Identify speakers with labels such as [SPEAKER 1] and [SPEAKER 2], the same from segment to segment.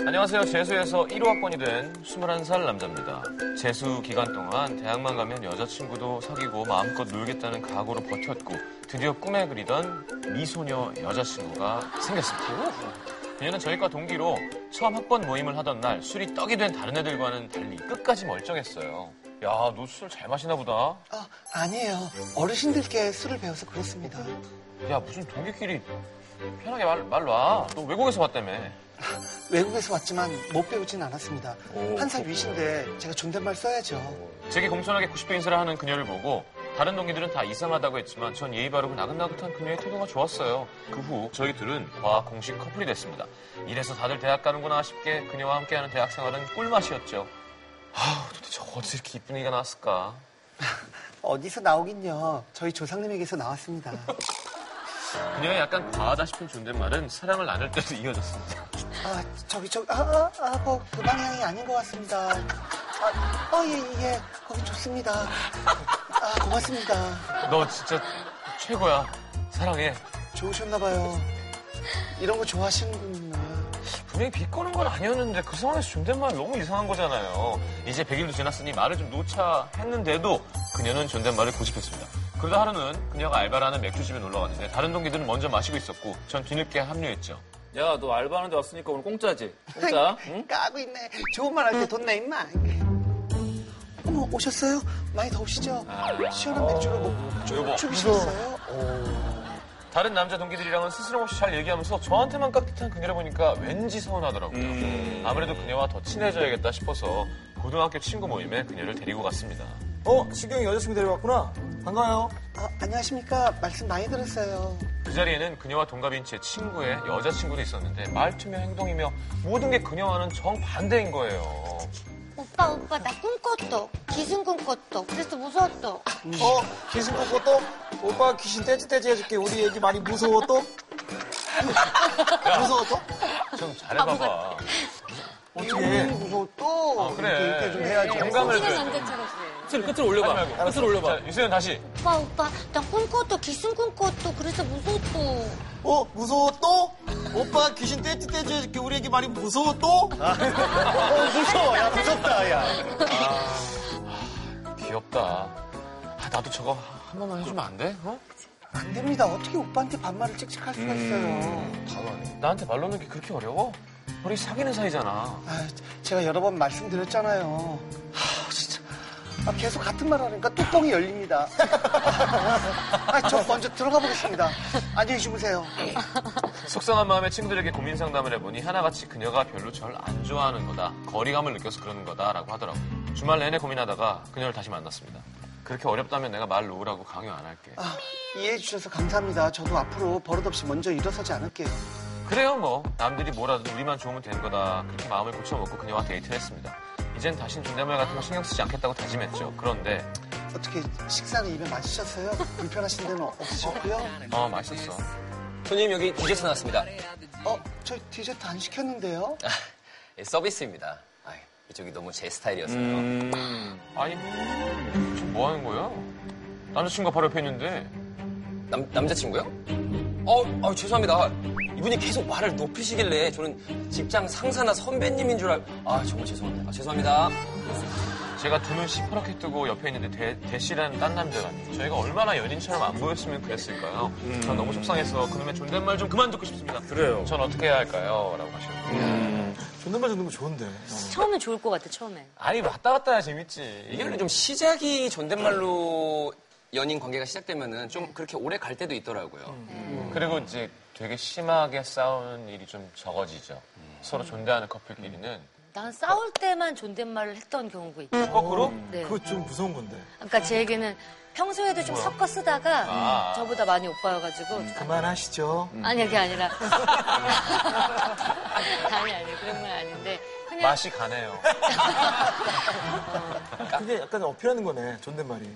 [SPEAKER 1] 안녕하세요. 재수에서 1호 학번이 된 21살 남자입니다. 재수 기간 동안 대학만 가면 여자친구도 사귀고 마음껏 놀겠다는 각오로 버텼고 드디어 꿈에 그리던 미소녀 여자친구가 생겼습니다. 그녀는 저희과 동기로 처음 학번 모임을 하던 날 술이 떡이 된 다른 애들과는 달리 끝까지 멀쩡했어요. 야, 너 술 잘 마시나 보다.
[SPEAKER 2] 아, 아니에요. 어르신들께 술을 배워서 그렇습니다.
[SPEAKER 1] 야, 무슨 동기끼리 편하게 말, 말 놔. 너 외국에서 왔다며.
[SPEAKER 2] 외국에서 왔지만 못 배우진 않았습니다.
[SPEAKER 1] 오.
[SPEAKER 2] 한 살 위신데 제가 존댓말 써야죠.
[SPEAKER 1] 제게 공손하게 90도 인사를 하는 그녀를 보고 다른 동기들은 다 이상하다고 했지만 전 예의 바르고 나긋나긋한 그녀의 태도가 좋았어요. 그 후 저희 둘은 과학 공식 커플이 됐습니다. 이래서 다들 대학 가는구나 싶게 그녀와 함께하는 대학 생활은 꿀맛이었죠. 아, 도대체 어디서 이렇게 이쁜 애가 나왔을까?
[SPEAKER 2] 어디서 나오긴요. 저희 조상님에게서 나왔습니다.
[SPEAKER 1] 그녀의 약간 과하다 싶은 존댓말은 사랑을 나눌 때도 이어졌습니다.
[SPEAKER 2] 아, 저기, 저기, 아, 아, 아, 거, 그 방향이 아닌 것 같습니다. 아, 아, 예, 예, 거기 좋습니다. 아, 고맙습니다.
[SPEAKER 1] 너 진짜 최고야. 사랑해.
[SPEAKER 2] 좋으셨나봐요. 이런 거 좋아하시는군요.
[SPEAKER 1] 분명히 비꼬는 건 아니었는데 그 상황에서 존댓말 너무 이상한 거잖아요. 이제 100일도 지났으니 말을 좀 놓자 했는데도 그녀는 존댓말을 고집했습니다. 그러다 하루는 그녀가 알바를 하는 맥주집에 놀러 갔는데 다른 동기들은 먼저 마시고 있었고 전 뒤늦게 합류했죠.
[SPEAKER 3] 야, 너 알바하는데 왔으니까 오늘 공짜지? 공짜? 응?
[SPEAKER 2] 까고 있네. 좋은 말 할 때 돈 내, 임마. 어머, 오셨어요? 많이 더우시죠? 시원한 뭐 맥주로 목 죽이셨어요?
[SPEAKER 1] 다른 남자 동기들이랑은 스스럼없이 잘 얘기하면서 저한테만 깍듯한 그녀를 보니까 왠지 서운하더라고요.
[SPEAKER 3] 음.
[SPEAKER 1] 아무래도 그녀와 더 친해져야겠다 싶어서 고등학교 친구 모임에 그녀를 데리고 갔습니다.
[SPEAKER 4] 어, 시경이 여자친구 데려왔구나. 반가워요.
[SPEAKER 2] 아, 안녕하십니까? 말씀 많이 들었어요.
[SPEAKER 1] 그 자리에는 그녀와 동갑인 제 친구의 여자친구도 있었는데 말투며 행동이며 모든 게 그녀와는 정반대인 거예요.
[SPEAKER 5] 오빠 오빠 나 꿈꿨어 귀신 꿈꿨어 그래서 무서웠어
[SPEAKER 2] 음.
[SPEAKER 4] 어, 귀신 뽑고 또? 오빠 귀신 떼지떼지 해줄게. 우리 애기 많이 무서워 또? 무서워 또?
[SPEAKER 1] 좀 잘해봐봐.
[SPEAKER 4] 어떻게
[SPEAKER 2] 무서워, 또.
[SPEAKER 1] 아, 그래.
[SPEAKER 2] 이렇게, 이렇게 좀 해야지.
[SPEAKER 1] 영감을 줘야 돼.
[SPEAKER 3] 끝을, 끝을 올려봐.
[SPEAKER 1] 하지
[SPEAKER 3] 끝을 올려봐.
[SPEAKER 1] 자, 유세현 다시.
[SPEAKER 5] 오빠 오빠 나 꿈꿨어 귀신 꿈꿨어 그래서 무서웠어
[SPEAKER 4] 어, 무서워 또? 오빠 귀신 떼지떼지 해줄게. 우리 애기 많이 무서워 또?
[SPEAKER 2] 아, 무서워, 야, 무섭다, 야.
[SPEAKER 1] 귀엽다. 아, 나도 저거 한 번만 해주면 안 돼? 어?
[SPEAKER 2] 안 됩니다. 어떻게 오빠한테 반말을 찍찍할 수가 있어요.
[SPEAKER 1] 나한테 말 놓는 게 그렇게 어려워? 우리 사귀는 사이잖아.
[SPEAKER 2] 아, 제가 여러 번 말씀드렸잖아요. 하, 진짜. 아, 계속 같은 말 하니까 뚜껑이 열립니다. 아, 저 먼저 들어가 보겠습니다. 안녕히 주무세요.
[SPEAKER 1] 속상한 마음에 친구들에게 고민 상담을 해보니 하나같이 그녀가 별로 절 안 좋아하는 거다. 거리감을 느껴서 그러는 거다라고 하더라고요. 주말 내내 고민하다가 그녀를 다시 만났습니다. 그렇게 어렵다면 내가 말 놓으라고 강요 안 할게.
[SPEAKER 2] 아, 이해해 주셔서 감사합니다. 저도 앞으로 버릇없이 먼저 일어서지 않을게요.
[SPEAKER 1] 그래요 뭐 남들이 뭐라도 우리만 좋으면 되는 거다 그렇게 마음을 고쳐먹고 그녀와 데이트를 했습니다 이젠 다신 존댓말 같은 거 신경 쓰지 않겠다고 다짐했죠 그런데
[SPEAKER 2] 어떻게 식사는 입에 맞으셨어요? 불편하신 데는 없으셨고요?
[SPEAKER 1] 어 맛있었어
[SPEAKER 6] 손님 여기 디저트 나왔습니다.
[SPEAKER 2] 어, 저 디저트 안 시켰는데요?
[SPEAKER 6] 예, 서비스입니다. 아, 이쪽이 너무 제 스타일이어서요.
[SPEAKER 1] 아니 지금 뭐 하는 거야? 남자친구가 바로 옆에 있는데
[SPEAKER 6] 남, 남자친구요? 어, 어, 죄송합니다. 이분이 계속 말을 높이시길래 저는 직장 상사나 선배님인 줄 알... 아, 정말 죄송합니다. 아, 죄송합니다.
[SPEAKER 1] 제가 두 눈 시퍼렇게 뜨고 옆에 있는데 대, 대시라는 딴 남자가 저희가 얼마나 연인처럼 안 보였으면 그랬을까요? 전 너무 속상해서 그놈의 존댓말 좀 그만 듣고 싶습니다
[SPEAKER 3] 음. 그래요. 음.
[SPEAKER 1] 전 어떻게 해야 할까요? 라고 하셨는데
[SPEAKER 4] 존댓말 듣는 거 좋은데.
[SPEAKER 7] 처음엔 좋을 것 같아, 처음엔.
[SPEAKER 1] 아니 왔다 갔다 해야 재밌지
[SPEAKER 6] 이게 원래 좀 시작이 존댓말로 연인 관계가 시작되면은 좀 그렇게 오래 갈 때도 있더라고요.
[SPEAKER 7] 음.
[SPEAKER 1] 그리고 이제 되게 심하게 싸우는 일이 좀 적어지죠. 서로 존대하는 커플끼리는.
[SPEAKER 7] 난 싸울 때만 존댓말을 했던 경우가 있고.
[SPEAKER 1] 거꾸로?
[SPEAKER 7] 네.
[SPEAKER 4] 어, 그거 좀 무서운 건데.
[SPEAKER 7] 그러니까 제에게는 평소에도 좀 섞어 쓰다가
[SPEAKER 1] 아.
[SPEAKER 7] 저보다 많이 오빠여가지고.
[SPEAKER 4] 음, 그만하시죠.
[SPEAKER 2] 음,
[SPEAKER 7] 아니, 그게 아니라. 아니, 아니, 그런 건 아닌데. 그냥
[SPEAKER 1] 맛이 가네요.
[SPEAKER 2] 아.
[SPEAKER 4] 그게 약간 어필하는 거네. 존댓말이.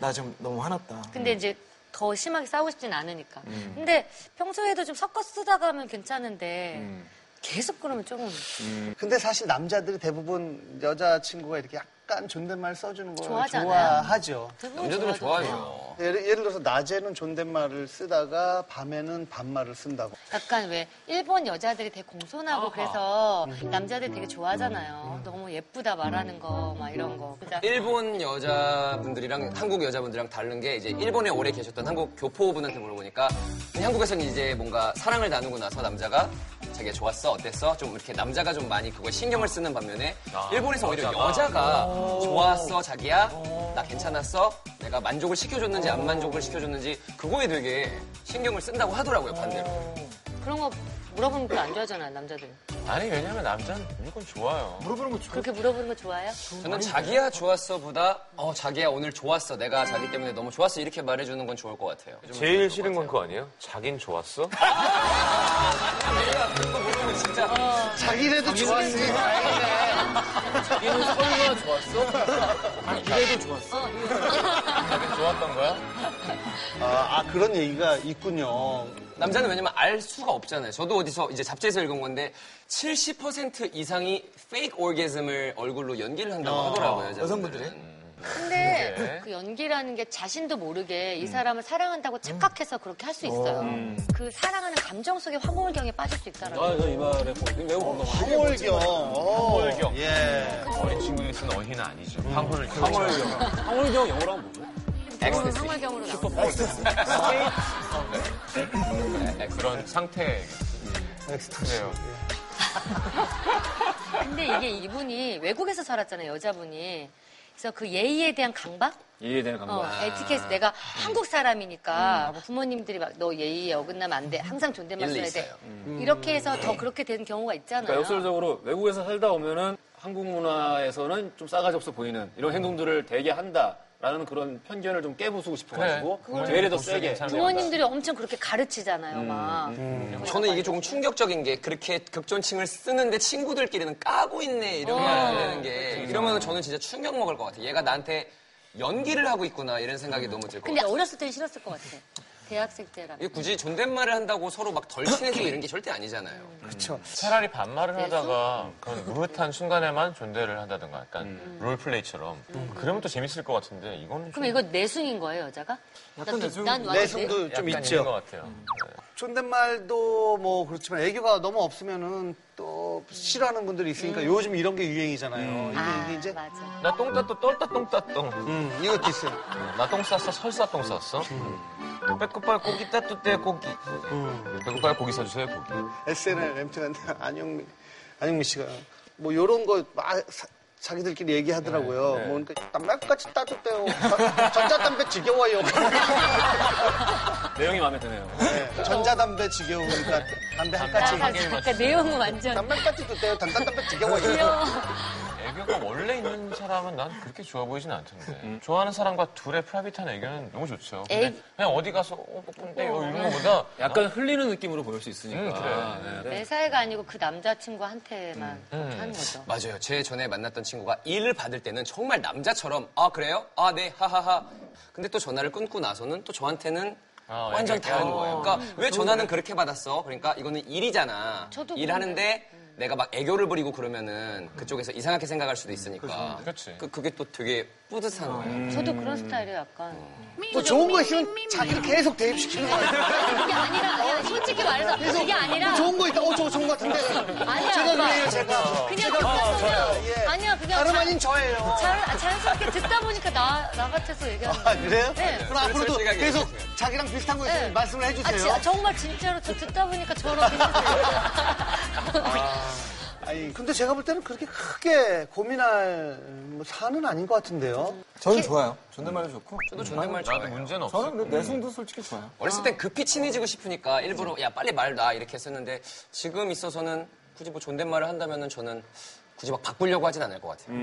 [SPEAKER 4] 나 지금 너무 화났다.
[SPEAKER 7] 근데 이제 더 음. 심하게 싸우고 싶진 않으니까. 근데 평소에도 좀 섞어 쓰다가 하면 괜찮은데 계속 그러면 조금
[SPEAKER 2] 근데 사실 남자들이 대부분 여자친구가 이렇게 약간 존댓말 써주는 걸
[SPEAKER 7] 좋아하잖아요.
[SPEAKER 2] 좋아하죠.
[SPEAKER 7] 대부분
[SPEAKER 6] 남자들은
[SPEAKER 7] 좋아하잖아요.
[SPEAKER 6] 좋아해요.
[SPEAKER 2] 예를, 예를 들어서 낮에는 존댓말을 쓰다가 밤에는 반말을 쓴다고.
[SPEAKER 7] 약간 왜 일본 여자들이 되게 공손하고 음. 그래서 남자들 되게 좋아하잖아요. 너무 예쁘다 말하는 거 막 이런 거. 그죠?
[SPEAKER 6] 일본 여자분들이랑 한국 여자분들이랑 다른 게 이제 일본에 오래 계셨던 한국 교포분한테 물어보니까 한국에서는 이제 뭔가 사랑을 나누고 나서 남자가 자기가 좋았어 어땠어 좀 이렇게 남자가 좀 많이 그걸 신경을 쓰는 반면에 일본에서 오히려 아, 여자가 좋았어 자기야 나 괜찮았어 내가 만족을 시켜줬는지 안 만족을 시켜줬는지 그거에 되게 신경을 쓴다고 하더라고요 반대로
[SPEAKER 7] 그런 거 물어보는 거 별로 안 좋아하잖아요, 남자들.
[SPEAKER 1] 아니 왜냐면 남자는 무조건 좋아요.
[SPEAKER 4] 물어보는 거
[SPEAKER 7] 그렇게 물어보는 거 좋아해요?
[SPEAKER 6] 저는 자기야 좋았어보다 어 자기야 오늘 좋았어 내가 자기 때문에 너무 좋았어 이렇게 말해주는 건 좋을 것 같아요
[SPEAKER 1] 제일 싫은 건 그거 아니에요? 자긴 좋았어?
[SPEAKER 6] 모르면 진짜
[SPEAKER 2] 자기네도 좋았으니
[SPEAKER 3] 얘는 설마 좋았어? 아니, 이래도 좋았어.
[SPEAKER 1] 자긴 좋았던 거야?
[SPEAKER 2] 아, 아, 그런 얘기가 있군요.
[SPEAKER 6] 남자는 왜냐면 알 수가 없잖아요. 저도 어디서 이제 잡지에서 읽은 건데 70% 이상이 페이크 오르게즘을 얼굴로 연기를 한다고 하더라고요. 여자분들은.
[SPEAKER 4] 여성분들이?
[SPEAKER 7] 근데 음.
[SPEAKER 1] 네.
[SPEAKER 7] 그 연기라는 게 자신도 모르게 이 사람을 사랑한다고 착각해서 그렇게 할 수 있어요. 그 사랑하는 감정 속에 황홀경에 빠질 수 있다라고.
[SPEAKER 3] 저이 말에 매우 공감.
[SPEAKER 2] 황홀경.
[SPEAKER 1] 황홀경.
[SPEAKER 2] 예.
[SPEAKER 1] 어린 친구들 쓰는 어휘는 아니죠. 음. 황홀을
[SPEAKER 3] 황홀경 영어로 하면 뭐죠?
[SPEAKER 7] 아,
[SPEAKER 6] 엑스테시.
[SPEAKER 7] 황홀경으로 나와.
[SPEAKER 1] 네, 그런 상태. 그래요.
[SPEAKER 7] 근데 이게 이분이 외국에서 살았잖아요, 여자분이. 그래서 그 예의에 대한 강박?
[SPEAKER 3] 이해되는
[SPEAKER 7] 어,
[SPEAKER 3] 감각.
[SPEAKER 7] 에티켓 내가 한국 사람이니까 뭐 부모님들이 막 너 예의에 어긋나면 안 돼. 항상 존댓말
[SPEAKER 6] 일리
[SPEAKER 7] 써야 돼.
[SPEAKER 6] 있어요.
[SPEAKER 7] 이렇게 해서 더 그렇게 되는 경우가 있잖아요.
[SPEAKER 3] 그러니까 역설적으로 외국에서 살다 오면은 한국 문화에서는 좀 싸가지 없어 보이는 이런 행동들을 되게 한다라는 그런 편견을 좀 깨부수고 싶어가지고 되려 더 세게.
[SPEAKER 7] 부모님들이 엄청 그렇게 가르치잖아요, 막.
[SPEAKER 6] 저는 이게 조금 충격적인 게 그렇게 극존칭을 쓰는데 친구들끼리는 까고 있네 이런 말을 하는 게 이러면 저는 진짜 충격 먹을 것 같아요. 얘가 나한테 연기를 하고 있구나 이런 생각이 너무 들 것
[SPEAKER 7] 근데
[SPEAKER 6] 같아요.
[SPEAKER 7] 어렸을 때는 싫었을 것 같아. 대학생 때라면.
[SPEAKER 6] 이게 굳이 존댓말을 한다고 서로 막 덜 친해지고 이런 게 절대 아니잖아요.
[SPEAKER 2] 그렇죠.
[SPEAKER 1] 차라리 반말을
[SPEAKER 7] 네,
[SPEAKER 1] 하다가 그런 무흐한 순간에만 존대를 한다든가 약간 롤플레이처럼 그러면 또 재밌을 것 같은데 이거는
[SPEAKER 7] 음. 그럼 이거 내숭인 거예요, 여자가? 약간 내숭. 난 완전 내-
[SPEAKER 2] 내성도 좀
[SPEAKER 1] 있는 것
[SPEAKER 2] 있죠.
[SPEAKER 1] 같아요.
[SPEAKER 2] 존댓말도 뭐 그렇지만 애교가 너무 없으면은 또 싫어하는 분들이 있으니까 요즘 이런 게 유행이잖아요.
[SPEAKER 7] 음. 아,
[SPEAKER 2] 이게, 이게 이제
[SPEAKER 7] 맞아.
[SPEAKER 1] 나 똥 땄다 떨다 똥 땄똥.
[SPEAKER 2] 음, 이것도 있어요.
[SPEAKER 1] 나 똥 쌌어 설사 똥 쌌어. 배꼽발 고기 따뚜떼 고기. 배꼽발 고기 사주세요 고기.
[SPEAKER 2] SNL MT한테 안영미 안영미 씨가 뭐 요런 거 막 자기들끼리 얘기하더라고요.
[SPEAKER 7] 네,
[SPEAKER 2] 뭐 그러니까 담배까지 따뜻대요. 전자담배 지겨워요.
[SPEAKER 3] 내용이 마음에 드네요.
[SPEAKER 2] 네, 전자담배 지겨우니까 담배 한 가지.
[SPEAKER 7] 아, 그러니까 내용은 완전.
[SPEAKER 2] 담배까지도 돼요. 단단담배 지겨워요.
[SPEAKER 7] 귀여워.
[SPEAKER 1] 애교가 원래 있는 사람은 난 그렇게 좋아 보이진 않던데. 좋아하는 사람과 둘의 프라이빗한 애교는 너무 좋죠. 근데
[SPEAKER 7] 에이.
[SPEAKER 1] 그냥 어디 가서 어, 근데 이런 거보다
[SPEAKER 3] 약간 흘리는 느낌으로 보일 수 있으니까.
[SPEAKER 1] 음, 그래.
[SPEAKER 3] 네.
[SPEAKER 7] 내 사이가 아니고 그 남자친구한테만 그렇게 하는 거죠.
[SPEAKER 6] 맞아요. 제 전에 만났던 친구가 일을 받을 때는 정말 남자처럼 아 그래요? 아 네, 하하하. 근데 또 전화를 끊고 나서는 또 저한테는
[SPEAKER 1] 아,
[SPEAKER 6] 완전
[SPEAKER 1] 약간
[SPEAKER 6] 다른 거예요. 그러니까 왜 전화는 그렇게 받았어? 그러니까 이거는 일이잖아.
[SPEAKER 7] 저도
[SPEAKER 6] 일하는데 내가 막 애교를 부리고 그러면은 그쪽에서 이상하게 생각할 수도 있으니까.
[SPEAKER 1] 그치.
[SPEAKER 6] 그, 그게 또 되게 뿌듯한 거예요.
[SPEAKER 7] 저도 그런 스타일이에요, 약간.
[SPEAKER 2] 또 좋은 거 있으면 자기를 계속 대입시키는 거예요.
[SPEAKER 7] 그게 아니라, 야, 솔직히 말해서 그게 아니라.
[SPEAKER 2] 좋은 거 있다. 어, 저거 좋은 거 같은데.
[SPEAKER 7] 아니야,
[SPEAKER 2] 제가
[SPEAKER 7] 오빠.
[SPEAKER 2] 그래요, 제가.
[SPEAKER 7] 그냥 듣다
[SPEAKER 2] 예.
[SPEAKER 7] 보면. 아니야, 그냥.
[SPEAKER 2] 다름
[SPEAKER 7] 자-
[SPEAKER 2] 아닌 저예요.
[SPEAKER 7] 자, 자연스럽게 듣다 보니까 나, 나 같아서 얘기하는
[SPEAKER 2] 아,
[SPEAKER 7] 거예요.
[SPEAKER 2] 그래요?
[SPEAKER 7] 네.
[SPEAKER 2] 그럼 앞으로도
[SPEAKER 6] 솔직하게
[SPEAKER 2] 계속
[SPEAKER 6] 얘기해주세요.
[SPEAKER 2] 자기랑 비슷한 거 있으면
[SPEAKER 7] 네.
[SPEAKER 2] 말씀을
[SPEAKER 7] 아,
[SPEAKER 2] 해주세요.
[SPEAKER 7] 지- 정말 진짜로 저 듣다 보니까 저런 요
[SPEAKER 2] 아니, 근데 제가 볼 때는 그렇게 크게 고민할 뭐 사안은 아닌 것 같은데요.
[SPEAKER 4] 저는 좋아요. 존댓말도 좋고.
[SPEAKER 6] 저도 존댓말
[SPEAKER 1] 나도
[SPEAKER 6] 좋아해요.
[SPEAKER 1] 문제는 없어.
[SPEAKER 4] 저는 근데 내숭도 솔직히 좋아요.
[SPEAKER 6] 어렸을 땐 급히 친해지고 싶으니까 일부러 야 빨리 말 놔 이렇게 했었는데 지금 있어서는 굳이 뭐 존댓말을 한다면은 저는 굳이 막 바꾸려고 하진 않을 것 같아요.